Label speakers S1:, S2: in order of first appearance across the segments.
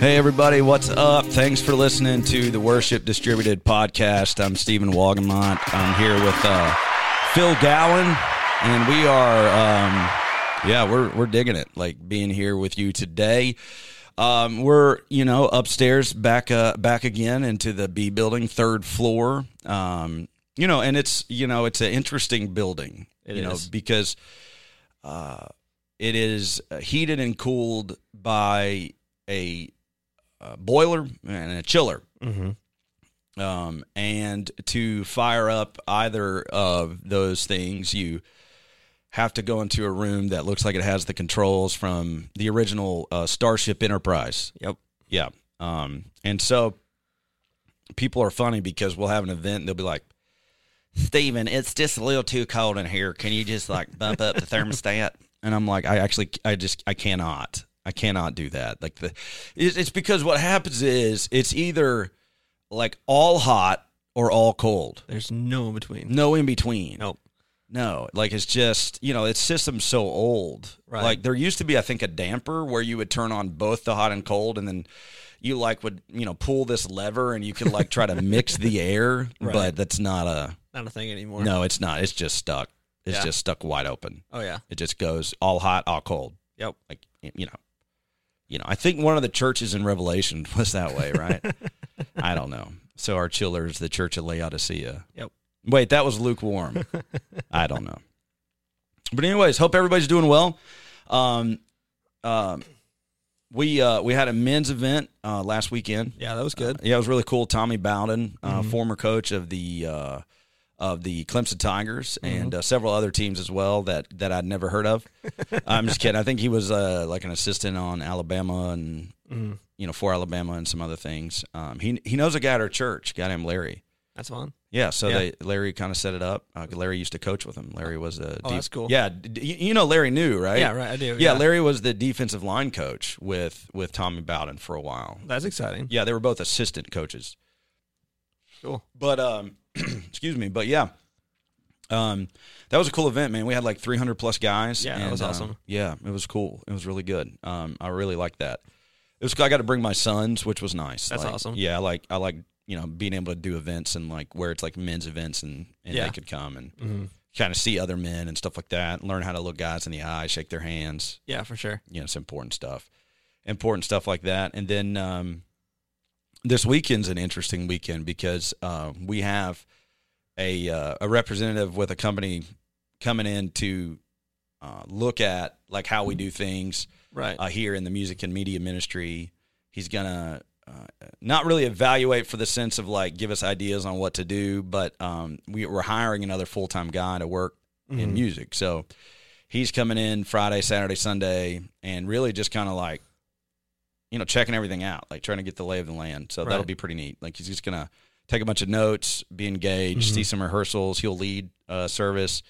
S1: everybody. What's up? Thanks for listening to the Worship Distributed podcast. I'm Stephen Wagemont. I'm here with uh, Phil Gowan, and we are, um, yeah, we're we're digging it. Like being here with you today. Um, we're you know upstairs, back uh, back again into the B building, third floor. Um, you know, and it's you know it's an interesting building.
S2: It
S1: you
S2: is.
S1: know because uh, it is heated and cooled by a, uh boiler and a chiller.
S2: Mm-hmm.
S1: Um, and to fire up either of those things, you have to go into a room that looks like it has the controls from the original uh, Starship Enterprise.
S2: Yep.
S1: Yeah. Um, and so people are funny because we'll have an event and they'll be like, Steven, it's just a little too cold in here. Can you just like bump up the thermostat? And I'm like, I actually, I just, I cannot, I cannot do that. Like the, it's, it's because what happens is it's either like all hot or all cold.
S2: There's no in between.
S1: No in between.
S2: Nope.
S1: No, like it's just you know, its system's so old.
S2: Right.
S1: Like there used to be, I think, a damper where you would turn on both the hot and cold, and then you like would you know pull this lever and you could like try to mix the air,
S2: Right.
S1: but that's not a
S2: Not a thing anymore.
S1: no. It's not. It's just stuck. It's
S2: Yeah.
S1: just stuck wide open.
S2: Oh yeah.
S1: It just goes all hot, all cold.
S2: Yep.
S1: Like y- you know, you know. I think one of the churches in Revelation was that way, right? I don't know. So our chiller's the Church of Laodicea.
S2: Yep.
S1: Wait, that was lukewarm. I don't know. But anyways, hope everybody's doing well. Um, um, we uh, we had a men's event uh, last weekend.
S2: Yeah, that was good.
S1: Uh, yeah, it was really cool. Tommy Bowden, uh,
S2: Mhm.
S1: former coach of the uh, of the Clemson Tigers
S2: Mm-hmm.
S1: and uh, several other teams as well that that I'd never heard of. I'm just kidding. I think he was uh, like an assistant on Alabama and
S2: Mhm.
S1: you know for Alabama and some other things. Um, he he knows a guy at our church, a guy named Larry.
S2: That's fun.
S1: Yeah, so
S2: Yeah.
S1: They, Larry kind of set it up. Uh, Larry used to coach with him. Larry was a
S2: Oh, that's cool.
S1: Yeah, d- d- you know Larry knew right.
S2: Yeah, right. I do.
S1: Yeah, Larry was the defensive line coach with with Tommy Bowden for a while.
S2: That's exciting.
S1: Yeah, they were both assistant coaches.
S2: Cool.
S1: But um, excuse me. But yeah, um, that was a cool event, man. We had like 300 plus guys.
S2: Yeah, that was
S1: um,
S2: awesome.
S1: yeah, it was cool. It was really good. Um, I really liked that. It was. I got to bring my sons, which was nice.
S2: That's
S1: Like,
S2: awesome.
S1: Yeah, I like I like you know being able to do events and like where it's like men's events and and
S2: Yeah.
S1: they could come and
S2: Mm-hmm.
S1: kind of see other men and stuff like that. Learn how to look guys in the eye, shake their hands
S2: Yeah, for sure.
S1: you know, it's important stuff, important stuff like that. And then um, this weekend's an interesting weekend because uh, we have a uh, a representative with a company coming in to uh, look at like how we do things
S2: Right.
S1: uh, here in the music and media ministry. He's gonna uh, not really evaluate for the sense of like give us ideas on what to do, but um, we, we're hiring another full time guy to work in
S2: Mhm.
S1: music. So he's coming in Friday, Saturday, Sunday, and really just kind of like, you know, checking everything out, like trying to get the lay of the land. So that'll
S2: Right.
S1: be pretty neat. Like he's just gonna take a bunch of notes, be engaged, see some rehearsals. He'll lead uh, service.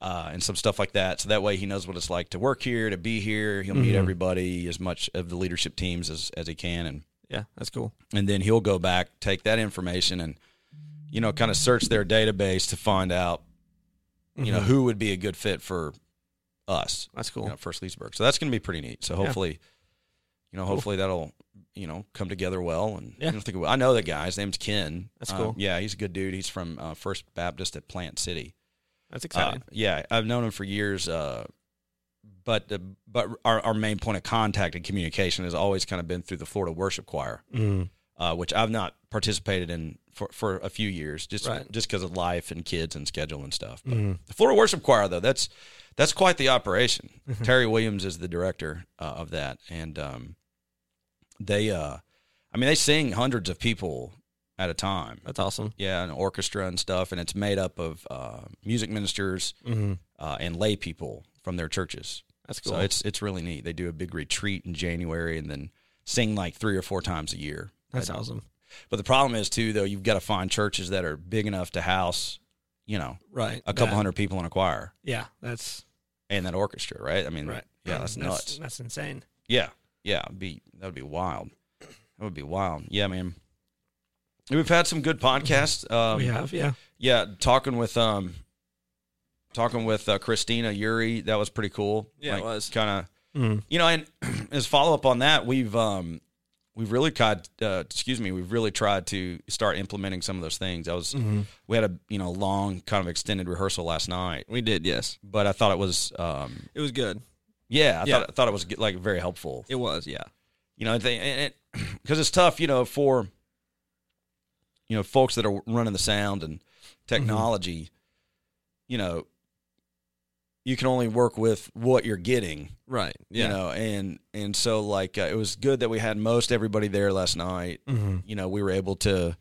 S1: Uh, and some stuff like that. So that way he knows what it's like to work here, to be here. He'll meet
S2: Mhm.
S1: everybody, as much of the leadership teams as, as he can. And
S2: yeah, that's cool.
S1: and then he'll go back, take that information, and you know, kind of search their database to find out, you know,
S2: Mhm.
S1: who would be a good fit for us,
S2: that's
S1: you
S2: cool.
S1: know, First Leesburg. So that's going to be pretty neat. So
S2: Yeah.
S1: hopefully, you know, hopefully that'll you know come together well. And
S2: Yeah.
S1: I don't think it will. I know the guy. His name's Ken.
S2: That's
S1: Uh,
S2: cool.
S1: yeah, he's a good dude. He's from uh, First Baptist at Plant City.
S2: That's
S1: Uh,
S2: exciting.
S1: yeah, I've known him for years. Uh, but uh, but our, our main point of contact and communication has always kind of been through the Florida Worship Choir
S2: mm.
S1: uh, which I've not participated in for, for a few years, just
S2: Right.
S1: just because of life and kids and schedule and stuff. But
S2: Mm.
S1: the Florida Worship Choir, though, that's that's quite the operation.
S2: Mm-hmm.
S1: Terry Williams is the director uh, of that, and um, they, uh, I mean, they sing hundreds of people at a time.
S2: That's awesome.
S1: Yeah, an orchestra and stuff, and it's made up of uh, music ministers
S2: Mm-hmm.
S1: uh, and lay people from their churches.
S2: That's cool.
S1: So it's it's really neat. They do a big retreat in January and then sing like three or four times a year.
S2: that's
S1: I-
S2: awesome.
S1: but the problem is too, though, you've got to find churches that are big enough to house, you know,
S2: Right.
S1: a couple
S2: That-
S1: hundred people in a choir
S2: Yeah, that's
S1: and that orchestra, right? I mean,
S2: right.
S1: yeah, that's, nuts.
S2: That's insane.
S1: Yeah, yeah, it'd be that would be wild. That would be wild. Yeah, man. We've had some good podcasts. Um,
S2: we have, yeah.
S1: yeah, talking with um, talking with uh, Christina Yuri, that was pretty cool.
S2: Yeah, it was.
S1: kind of
S2: Mm.
S1: you know, and as follow up on that, we've um, we've really tried. Uh, excuse me, we've really tried to start implementing some of those things. I was
S2: Mm-hmm.
S1: we had a you know long kind of extended rehearsal last night,
S2: We did, yes.
S1: but I thought it was um,
S2: It was good.
S1: yeah, I
S2: Yeah.
S1: thought I thought it was like very helpful.
S2: It was, yeah.
S1: you know, they, and it, cause it's tough, you know, for, you know, folks that are running the sound and
S2: Mm-hmm.
S1: technology, you know, you can only work with what you're getting,
S2: Right.
S1: you
S2: Yeah.
S1: know, and, and so like, uh, it was good that we had most everybody there last night.
S2: mm-hmm.
S1: You know, we were able to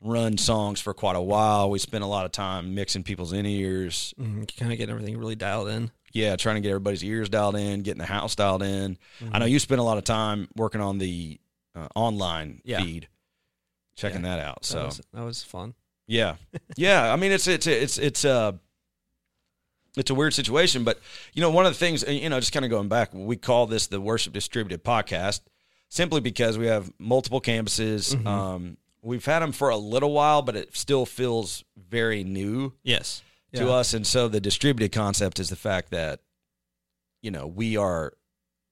S1: run songs for quite a while. We spent a lot of time mixing people's in ears,
S2: Kind of getting everything really dialed in.
S1: yeah, trying to get everybody's ears dialed in, getting the house dialed in.
S2: Mm-hmm.
S1: I know you spent a lot of time working on the uh, online
S2: Yeah.
S1: feed, checking that out.
S2: That
S1: So
S2: was, that was fun.
S1: yeah, yeah. I mean, it's it's it's it's uh, it's a weird situation, but you know, one of the things uh, you know, just kind of going back, we call this the Worship Distributed Podcast simply because we have multiple campuses.
S2: Mm-hmm.
S1: Um, we've had them for a little while, but it still feels very new
S2: Yes.
S1: to us. And so the distributed concept is the fact that, you know, we are,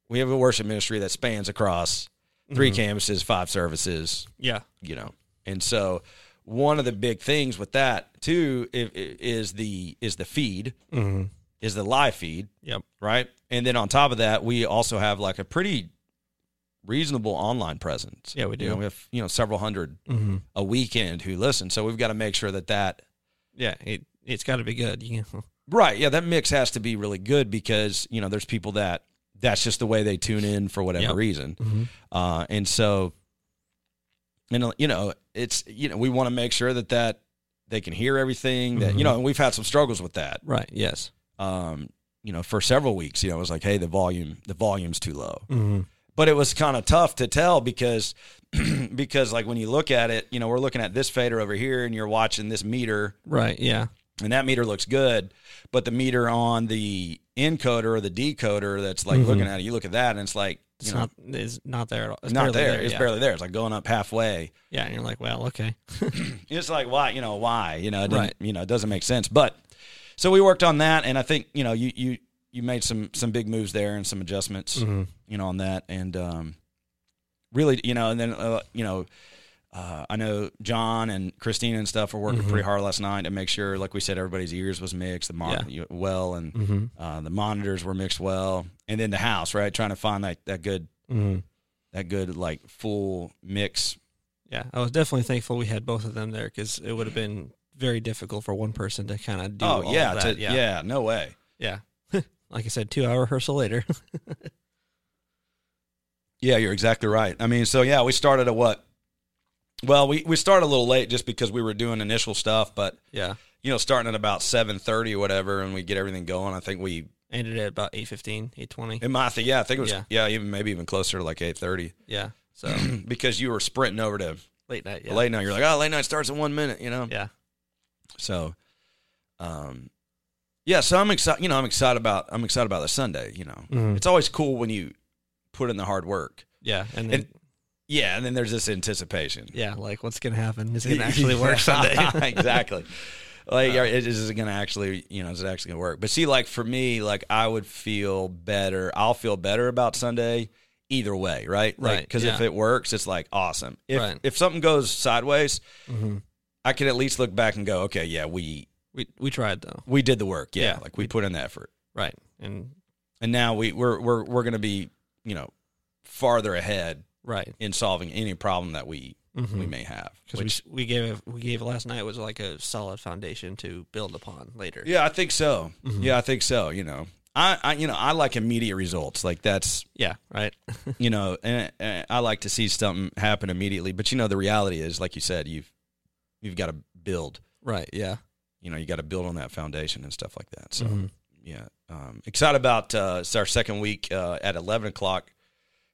S1: we have a worship ministry that spans across 3
S2: Mm-hmm.
S1: campuses, five services,
S2: Yeah.
S1: you know. And so one of the big things with that too i- i- is the, is the feed,
S2: Mm-hmm.
S1: is the live feed,
S2: Yep.
S1: right? And then on top of that, we also have like a pretty reasonable online presence.
S2: Yeah, we do.
S1: You know, we have, you know, several hundred
S2: Mm-hmm.
S1: a weekend who listen. So we've got to make sure that that
S2: Yeah. It, it's got to be good. You know?
S1: Right. Yeah, that mix has to be really good because you know there's people that that's just the way they tune in for whatever
S2: Yep.
S1: reason, uh, and so and uh, you know it's you know we want to make sure that that they can hear everything that you know and we've had some struggles with that.
S2: Right. Yes.
S1: Um, you know, for several weeks, you know, it was like, hey, the volume the volume's too low,
S2: Mm-hmm.
S1: but it was kind of tough to tell because because like when you look at it, you know, we're looking at this fader over here, and you're watching this meter
S2: Right. Yeah.
S1: and that meter looks good but the meter on the encoder or the decoder that's like looking at it you look at that and it's like you
S2: Mm-hmm. It's
S1: know,
S2: not. It's not there. At all.
S1: it's not
S2: barely
S1: there, it's
S2: yeah.
S1: barely there it's like going up halfway
S2: Yeah. And you're like, well, okay.
S1: it's like why you know why you know it doesn't
S2: Right.
S1: you know it doesn't make sense but so we worked on that and i think you know you you you made some some big moves there and some adjustments
S2: Mm-hmm.
S1: you know on that and um really you know and then uh, you know uh, I know John and Christina and stuff were working
S2: Mm-hmm.
S1: pretty hard last night to make sure, like we said, everybody's ears was mixed, the mon- you- well, and
S2: Mm-hmm.
S1: uh, the monitors were mixed well, and then the house, right? Trying to find that that good
S2: Mm-hmm.
S1: that good like full mix.
S2: Yeah, I was definitely thankful we had both of them there because it would have been very difficult for one person to kind of do.
S1: oh
S2: all
S1: yeah,
S2: of that.
S1: to-
S2: yeah,
S1: yeah, no way.
S2: yeah. like I said, two hour rehearsal later.
S1: Yeah, you're exactly right. I mean, so yeah, we started at what? Well, we we started a little late just because we were doing initial stuff, but
S2: yeah,
S1: you know, starting at about seven thirty or whatever, and we get everything going. I think we
S2: ended at about 8.15, 8.20.
S1: in my th- yeah, I think it was yeah,
S2: Yeah.
S1: even maybe even closer to like eight thirty
S2: Yeah, so
S1: because you were sprinting over to
S2: late night. Yeah,
S1: late night. You're like, oh, late night starts in one minute, you know?
S2: yeah,
S1: So, um, yeah. So I'm excited. You know, I'm excited about I'm excited about the Sunday. You know,
S2: Mhm.
S1: it's always cool when you put in the hard work.
S2: yeah, and then
S1: Yeah, and then there's this anticipation.
S2: yeah, like what's gonna happen? Is it gonna actually work Sunday? Uh,
S1: exactly. Like, are- is is it going to actually, you know, is it actually going to work? But see, like for me, like I would feel better. I'll feel better about Sunday either way, right?
S2: Right,
S1: Because if
S2: yeah.
S1: it works, it's like awesome. If
S2: Right.
S1: if something goes sideways,
S2: Mhm.
S1: I can at least look back and go, okay, yeah, we
S2: We we tried though,
S1: we did the work. yeah.
S2: Yeah.
S1: like we put in the effort.
S2: right? And
S1: and now we we're we're we're going to be you know farther ahead
S2: right
S1: in solving any problem that we
S2: Mhm.
S1: Mm-hmm. we may have. Which-
S2: because we, we gave we gave last night was like a solid foundation to build upon later.
S1: yeah, I think so.
S2: Mm-hmm.
S1: Yeah, I think so. You know, I, I you know I like immediate results. Like that's
S2: Yeah, right.
S1: you know, and, and I like to see something happen immediately. But you know, the reality is, like you said, you've you've got to build.
S2: right. Yeah.
S1: You know, you got to build on that foundation and stuff like that. So
S2: Mhm.
S1: yeah, um, excited about uh, it's our second week uh, at eleven o'clock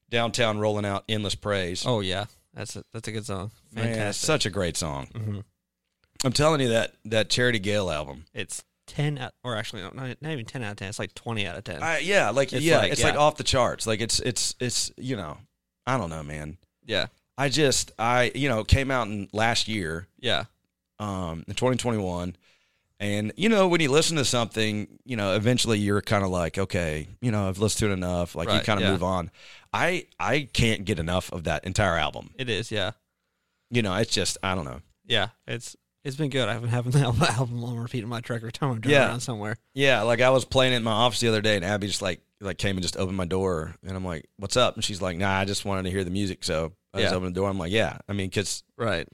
S1: downtown, rolling out endless praise.
S2: Oh yeah, that's a, that's a good song.
S1: Man, it's
S2: Fantastic.
S1: such a great song.
S2: Mhm.
S1: I'm telling you that that Charity Gale album.
S2: It's ten out, or actually no, not, not even ten out of ten. It's like twenty out of ten.
S1: I, yeah, like
S2: It's
S1: yeah,
S2: like-
S1: it's
S2: yeah.
S1: like off the charts. Like it's it's it's you know, I don't know, man.
S2: yeah,
S1: I just I you know it came out in last year,
S2: yeah,
S1: um, in 2021, And you know, when you listen to something, you know, eventually you're kind of like, okay, you know, I've listened to it enough. Like you
S2: Right,
S1: kind of
S2: yeah.
S1: move on. I I can't get enough of that entire album.
S2: It is, yeah,
S1: You know, it's just I don't know.
S2: yeah. It's it's been good. I've been having that album on repeat in my truck every time I'm driving
S1: Yeah.
S2: around somewhere.
S1: Yeah, like I was playing it in my office the other day, and Abby just like like came and just opened my door, and I'm like, "What's up?" And she's like, "Nah, I just wanted to hear the music." So I just
S2: Yeah.
S1: opened the door. I'm like, "Yeah, I mean, because
S2: Right.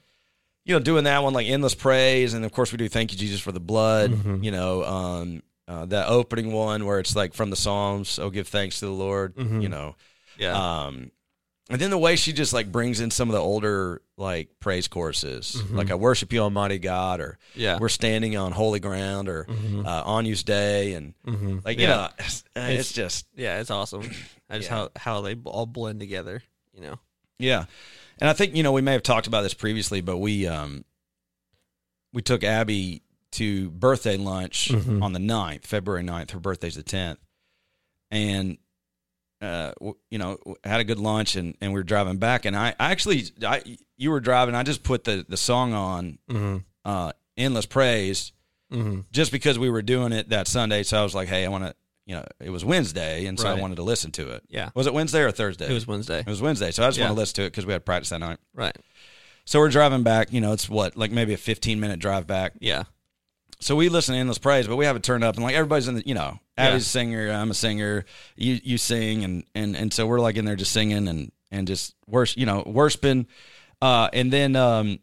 S1: you know, doing that one like endless praise, and of course we do thank you Jesus for the blood.
S2: Mhm.
S1: You know, um, uh, that opening one where it's like from the Psalms, "Oh, give thanks to the Lord."
S2: Mhm.
S1: You know,
S2: Yeah.
S1: um, and then the way she just like brings in some of the older like praise choruses,
S2: Mhm.
S1: like "I worship you, Almighty God," or
S2: yeah.
S1: "We're standing on holy ground," or
S2: Mhm.
S1: uh, "On You's Day," and
S2: Mhm.
S1: like
S2: Yeah.
S1: you know, it's, uh, it's
S2: It's-
S1: just
S2: Yeah, it's awesome. I just
S1: Yeah.
S2: how how they b- all blend together. You know.
S1: yeah. And I think you know we may have talked about this previously, but we um we took Abby to birthday lunch
S2: Mhm.
S1: on the 9th, February 9th. Her birthday's the tenth, and uh w- you know w- had a good lunch and and we were driving back, and I, I actually I you were driving, I just put the the song on
S2: Mm-hmm.
S1: uh endless praise
S2: Mm-hmm.
S1: just because we were doing it that Sunday. So I was like, hey, I want to. You know, it was Wednesday, and so I
S2: Right.
S1: wanted to listen to it.
S2: Yeah.
S1: Was it Wednesday or Thursday?
S2: It was Wednesday.
S1: It was Wednesday, so I just
S2: Yeah.
S1: want to listen to it because we had practice that night.
S2: Right.
S1: So we're driving back. You know, it's what like maybe a fifteen minute drive back.
S2: Yeah.
S1: So we listen to Endless Praise, but we have it turned up, and like everybody's in the you know,
S2: Yeah.
S1: Abby's a singer, I'm a singer, you you sing, and and and so we're like in there just singing and and just worship, you know, worshiping, uh, and then um,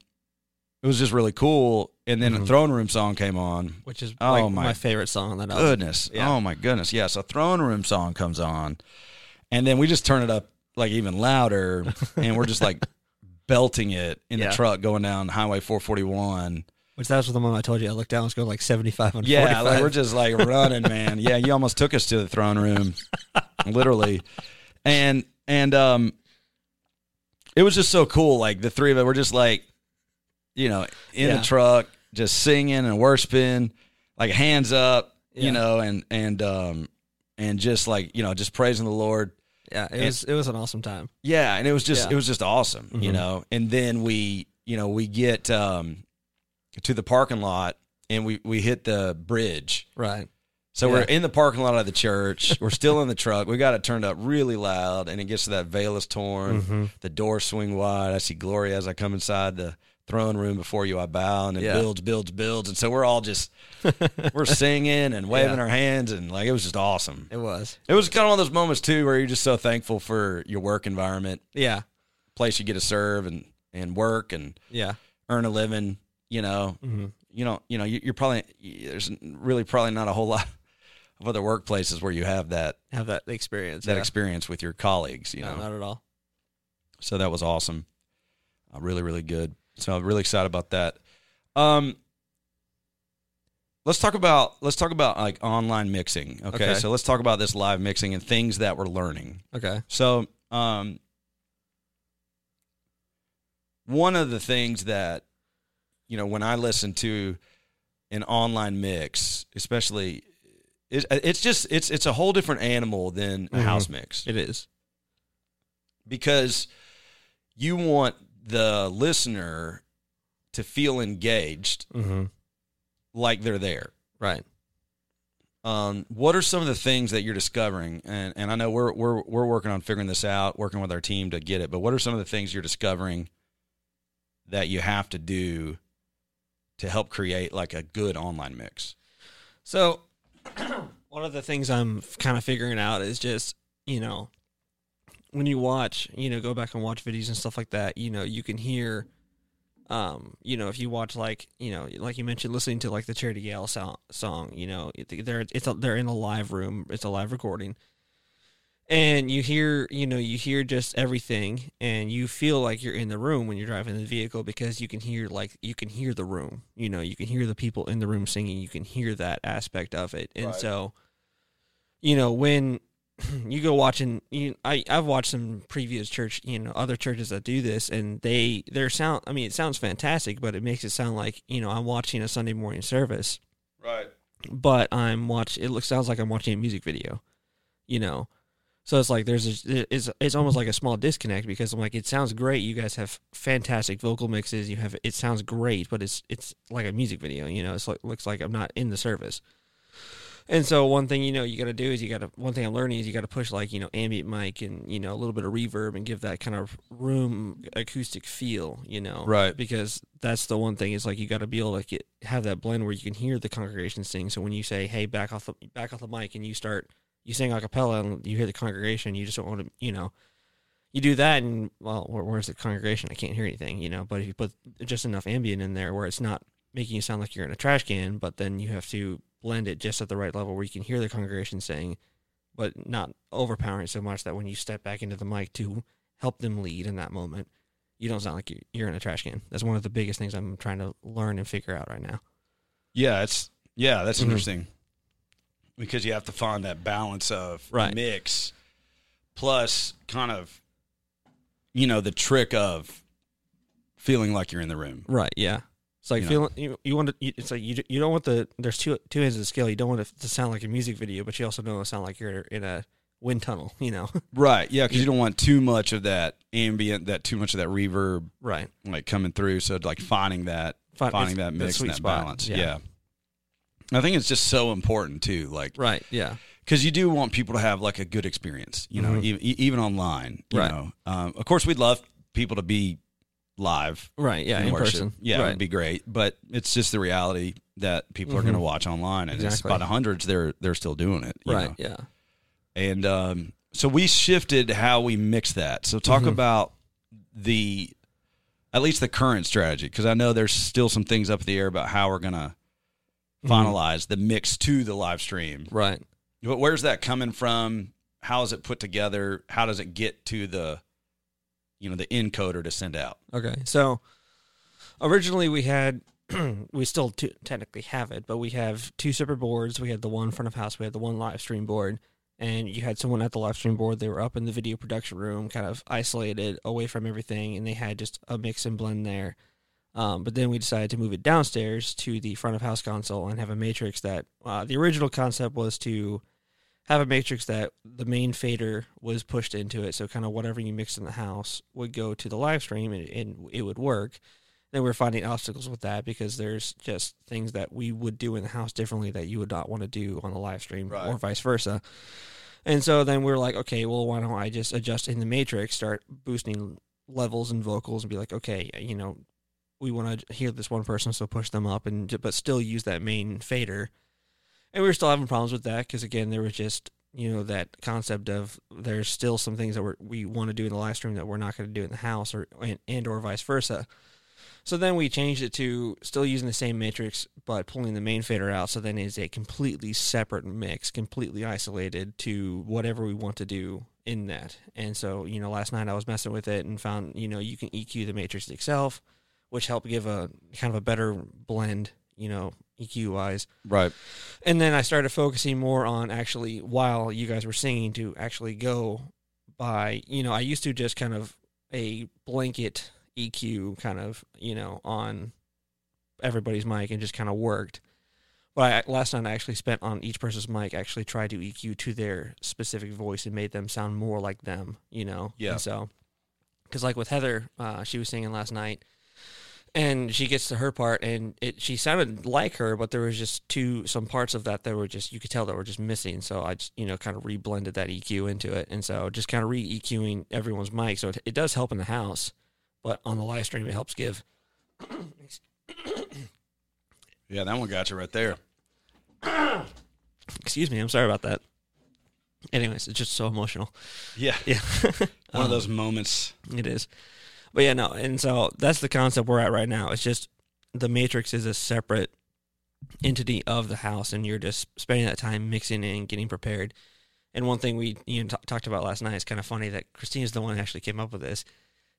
S1: it was just really cool. And then a
S2: Mhm.
S1: throne room song came on.
S2: Which is
S1: Oh,
S2: like
S1: my
S2: my, favorite song on that album.
S1: Goodness,
S2: Yeah.
S1: oh my goodness, yes, a throne room song comes on, and then we just turn it up like even louder, and we're just like belting it in
S2: Yeah.
S1: the truck going down Highway 441.
S2: Which that was the one I told you. I looked down. I was going like seventy five and
S1: Yeah,
S2: 45.
S1: like we're just like running, man. Yeah, you almost took us to the throne room, literally, and and um, it was just so cool. Like the three of us were just like, you know, in
S2: Yeah.
S1: the truck, just singing and worshiping, like hands up,
S2: Yeah.
S1: you know, and and um, and just like you know, just praising the Lord.
S2: yeah. It was it was an awesome time.
S1: Yeah, and it was just
S2: Yeah.
S1: it was just awesome, you
S2: Mhm.
S1: know. And then we, you know, we get um to the parking lot and we we hit the bridge.
S2: Right.
S1: So we're
S2: Yeah.
S1: in the parking lot of the church. We're still in the truck. We got it turned up really loud, and it gets to that veil is torn.
S2: Mhm.
S1: The doors swing wide. I see glory as I come inside the throne room before you. I bow, and it
S2: Yeah.
S1: builds, builds, builds. And so we're all just we're singing and waving
S2: Yeah.
S1: our hands, and like it was just awesome.
S2: It was.
S1: It was kind of one of those moments too where you're just so thankful for your work environment
S2: Yeah.
S1: place you get to serve and and work and
S2: Yeah.
S1: earn a living. You know,
S2: Mm-hmm.
S1: you know, you know, you, you're probably there's really probably not a whole lot of other workplaces where you have that
S2: Have that experience.
S1: that
S2: yeah.
S1: experience with your colleagues. You
S2: No,
S1: know,
S2: not at all.
S1: so that was awesome. Uh, really, really good. So I'm really excited about that. Um, let's talk about let's talk about like online mixing. Okay,
S2: Okay.
S1: so let's talk about this live mixing and things that we're learning.
S2: Okay.
S1: So, um, one of the things that, you know, when I listen to an online mix, especially, it, it's just, it's, it's a whole different animal than a
S2: Mhm.
S1: house mix
S2: It is.
S1: because you want the listener to feel engaged
S2: Mm-hmm.
S1: like they're there.
S2: Right.
S1: Um, what are some of the things that you're discovering? And and I know we're we're we're working on figuring this out, working with our team to get it. But what are some of the things you're discovering that you have to do to help create like a good online mix?
S2: So, one of the things I'm kind of figuring out is just, you know, when you watch, you know, go back and watch videos and stuff like that, you know, you can hear, um, you know, if you watch like, you know, like you mentioned, listening to like the Charity Gale so- song, you know, it- they're it's a, they're in a live room, it's a live recording, and you hear, you know, you hear just everything, and you feel like you're in the room when you're driving the vehicle because you can hear like you can hear the room, you know, you can hear the people in the room singing, you can hear that aspect of it, and
S1: Right.
S2: so, you know, when you go watching you I, I've watched some previous church you know other churches that do this and they their sound I mean it sounds fantastic but it makes it sound like you know I'm watching a Sunday morning service
S1: Right.
S2: but I'm watch it looks sounds like I'm watching a music video you know So it's like there's a, it's it's almost like a small disconnect because I'm like it sounds great. You guys have fantastic vocal mixes. You have it sounds great, but it's it's like a music video. You know, it's like looks like I'm not in the service. And so one thing you know you got to do is you got to one thing I'm learning is you got to push like you know ambient mic and you know a little bit of reverb and give that kind of room acoustic feel. You know,
S1: Right.
S2: Because that's the one thing is like you got to be able to get have that blend where you can hear the congregation sing. So when you say hey back off the back off the mic and you start you sing a cappella and you hear the congregation, you just don't want to, you know, you do that and well, where, where's the congregation? I can't hear anything, you know. But if you put just enough ambient in there where it's not making you sound like you're in a trash can, but then you have to blend it just at the right level where you can hear the congregation saying, but not overpowering it so much that when you step back into the mic to help them lead in that moment, you don't sound like you- you're in a trash can. That's one of the biggest things I'm trying to learn and figure out right now.
S1: Yeah, it's yeah, that's
S2: Mhm.
S1: interesting because you have to find that balance of
S2: Right.
S1: mix plus kind of you know the trick of feeling like you're in the room.
S2: Right. Yeah. It's like
S1: You know.
S2: feeling you, you want to. You, it's like you you don't want the there's two two ends of the scale. You don't want it to sound like a music video, but you also don't want it to sound like you're in a wind tunnel. You know.
S1: Right. Yeah, because you don't want too much of that ambient, that too much of that reverb
S2: right.
S1: like coming through. So like finding that
S2: Fi-
S1: finding
S2: it's
S1: that mix
S2: sweet
S1: and that
S2: spot.
S1: balance. Yeah. I think it's just so important too. Like
S2: Right. Yeah.
S1: because you do want people to have like a good experience, you know,
S2: Mhm.
S1: even, e-, even online. You
S2: Right.
S1: know, um, of course, we'd love people to be live
S2: Right. Yeah.
S1: and
S2: In,
S1: worship.
S2: person.
S1: Yeah, it
S2: Right.
S1: would be great, but it's just the reality that people are
S2: Mhm.
S1: going to watch online, and it's
S2: Exactly.
S1: by the hundreds. They're they're still doing it, you
S2: right.
S1: know?
S2: Yeah.
S1: And um, so we shifted how we mix that. So talk
S2: Mhm.
S1: about the at least the current strategy, because I know there's still some things up in the air about how we're going to
S2: Mm-hmm.
S1: finalize the mix to the live stream.
S2: Right.
S1: But where's that coming from? How is it put together? How does it get to the, you know, the encoder to send out?
S2: Okay. So originally we had we still t- technically have it, but we have two separate boards. We had the one front of house, we had the one live stream board, and you had someone at the live stream board. They were up in the video production room, kind of isolated away from everything, and they had just a mix and blend there. Um, but then we decided to move it downstairs to the front of house console and have a matrix that uh, the original concept was to have a matrix that the main fader was pushed into it. So kind of whatever you mixed in the house would go to the live stream and, and it would work. Then we're finding obstacles with that because there's just things that we would do in the house differently that you would not want to do on a live stream
S1: Right.
S2: or vice versa. And so then we're like, okay, well, why don't I just adjust in the matrix, start boosting levels and vocals and be like, okay, you know, we want to hear this one person, so push them up and but still use that main fader. And we were still having problems with that because again, there was just you know that concept of there's still some things that we're, we want to do in the live stream that we're not going to do in the house or and, and or vice versa. So then we changed it to still using the same matrix but pulling the main fader out. So then it's a completely separate mix, completely isolated to whatever we want to do in that. And so you know, last night I was messing with it and found you know you can EQ the matrix itself which help give a kind of a better blend, you know, EQ wise.
S1: Right.
S2: And then I started focusing more on actually while you guys were singing to actually go by, you know, I used to just kind of a blanket EQ E kind of, you know, on everybody's mic and just kind of worked. But I, last night I actually spent on each person's mic, actually tried to EQ to their specific voice and made them sound more like them, you know?
S1: Yeah.
S2: And so, because like with Heather, uh, she was singing last night and she gets to her part and it she sounded like her, but there was just two, some parts of that that were just, you could tell that were just missing. So I just, you know, kind of re-blended that EQ into it. And so just kind of re EQing everyone's mic. So it, it does help in the house, but on the live stream, it helps give.
S1: Yeah, that one got you right there.
S2: Excuse me. I'm sorry about that. Anyways, it's just so emotional.
S1: Yeah.
S2: Yeah.
S1: One of those moments.
S2: It is. But yeah, no, and so that's the concept we're at right now. It's just the Matrix is a separate entity of the house, and you're just spending that time mixing and getting prepared. And one thing we you know, t- talked about last night is kind of funny that Christina's the one who actually came up with this.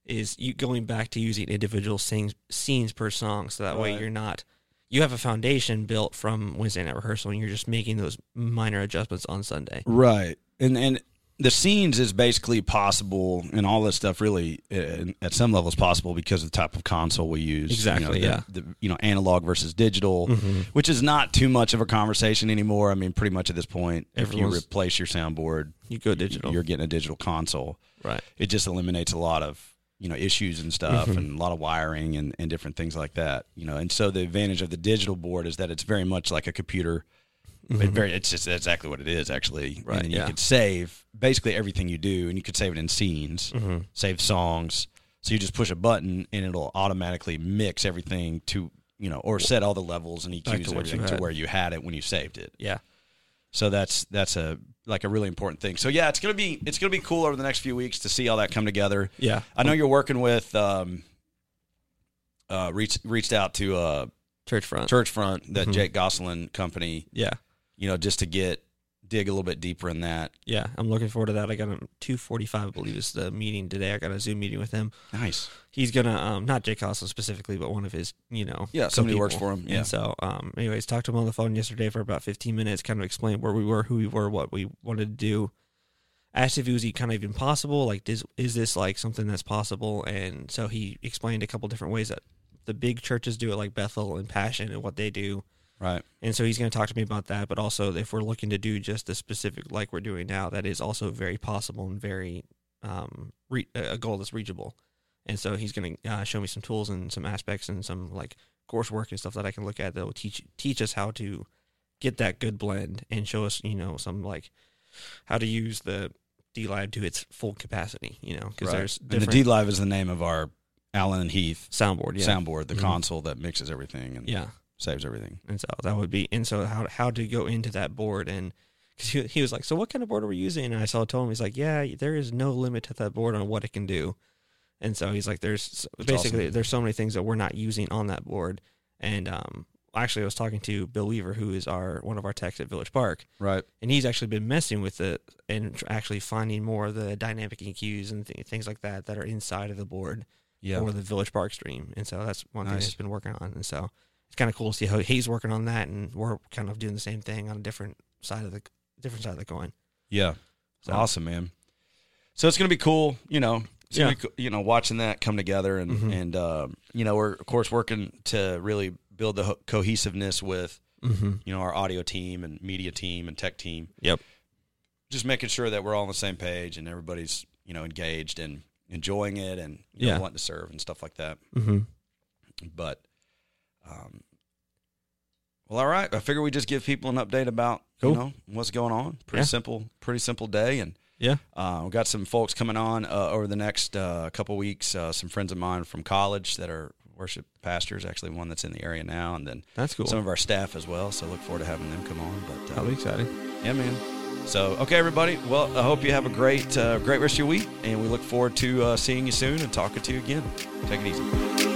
S2: Is you going back to using individual scenes scenes per song, so that way
S1: Right.
S2: you're not you have a foundation built from Wednesday night rehearsal, and you're just making those minor adjustments on Sunday.
S1: Right. And and the scenes is basically possible, and all this stuff really uh, at some level is possible because of the type of console we use.
S2: Exactly,
S1: You know,
S2: yeah. Mm-hmm.
S1: The, the, you know, analog versus digital, which is not too much of a conversation anymore. I mean, pretty much at this point, if you
S2: Everyone's-
S1: replace your soundboard,
S2: You go digital,
S1: you're getting a digital console.
S2: right?
S1: It just eliminates a lot of you know issues and stuff,
S2: Mm-hmm.
S1: and a lot of wiring and, and different things like that. You know, and so the advantage of the digital board is that it's very much like a computer. It very, it's just that's exactly what it is, actually.
S2: Mm-hmm. Right,
S1: And then you
S2: yeah.
S1: could save basically everything you do, and you could save it in scenes,
S2: Mm-hmm.
S1: save songs. So you just push a button, and it'll automatically mix everything to you know, or set all the levels and EQs
S2: Back to
S1: and
S2: what you
S1: everything to
S2: had.
S1: where you had it when you saved it.
S2: Yeah,
S1: So that's that's a like a really important thing. So yeah, it's gonna be it's gonna be cool over the next few weeks to see all that come together.
S2: yeah.
S1: I know you're working with um, uh, reached reached out to uh,
S2: Church front.
S1: Churchfront, that
S2: Mhm.
S1: Jake Gosselin company,
S2: Yeah,
S1: you know, just to get dig a little bit deeper in that.
S2: yeah. I'm looking forward to that. I got him two forty five. I believe is the meeting today. I got a Zoom meeting with him.
S1: Nice.
S2: He's gonna um not Jake Coslin specifically, but one of his you know
S1: Yeah, somebody who works
S2: co-people.
S1: for him, yeah.
S2: And so um anyways, talked to him on the phone yesterday for about fifteen minutes, kind of explained where we were, who we were, what we wanted to do. Asked if it was e- kind of even possible, like is is this like something that's possible? And so he explained a couple different ways that the big churches do it, like Bethel and Passion, and what they do.
S1: Right.
S2: And so he's going to talk to me about that, but also if we're looking to do just the specific like we're doing now, that is also very possible and very um, re- a goal that's reachable. And so he's going to uh, show me some tools and some aspects and some like coursework and stuff that I can look at that will teach teach us how to get that good blend and show us you know some like how to use the D Lab to its full capacity. You know, because
S1: right.
S2: there's
S1: and the
S2: different
S1: D Live is the name of our Allen and Heath
S2: soundboard, yeah,
S1: soundboard, the
S2: Mhm.
S1: console that mixes everything and
S2: yeah.
S1: saves everything.
S2: And so that would be, and so how how to go into that board and because he, he was like, so what kind of board are we using? And I saw told him he's like, yeah, there is no limit to that board on what it can do. And so he's like, there's
S1: That's
S2: basically
S1: awesome.
S2: there's so many things that we're not using on that board. And um, actually, I was talking to Bill Weaver, who is our one of our techs at Village Park,
S1: Right.
S2: and he's actually been messing with it and tr- actually finding more of the dynamic EQs and th- things like that that are inside of the board
S1: Yeah.
S2: or the Village Park stream. And so that's one thing
S1: Nice.
S2: he's been working on. And so it's kind of cool to see how he's working on that, and we're kind of doing the same thing on a different side of the different side of the coin.
S1: Yeah.
S2: So-
S1: Awesome, man. So it's gonna be cool, you know. It's gonna
S2: Yeah.
S1: be cool, you know, watching that come together, and
S2: Mhm.
S1: and um, you know, we're of course working to really build the ho- cohesiveness with
S2: Mm-hmm.
S1: you know our audio team and media team and tech team.
S2: Yep.
S1: Just making sure that we're all on the same page and everybody's you know engaged and enjoying it and you
S2: Yeah.
S1: know, wanting to serve and stuff like that.
S2: Mm-hmm.
S1: But, um, well, all right. I figure we just give people an update about
S2: Cool.
S1: you know what's going on. Pretty
S2: Yeah.
S1: simple, pretty simple day, and
S2: Yeah.
S1: uh, we got some folks coming on uh, over the next uh, couple weeks. Uh, some friends of mine from college that are worship pastors, actually one that's in the area now, and then
S2: That's cool.
S1: some of our staff as well. So look forward to having them come on. But
S2: That'll
S1: uh,
S2: be exciting.
S1: yeah, man. So okay, everybody. Well, I hope you have a great, uh, great rest of your week, and we look forward to uh, seeing you soon and talking to you again. Take it easy.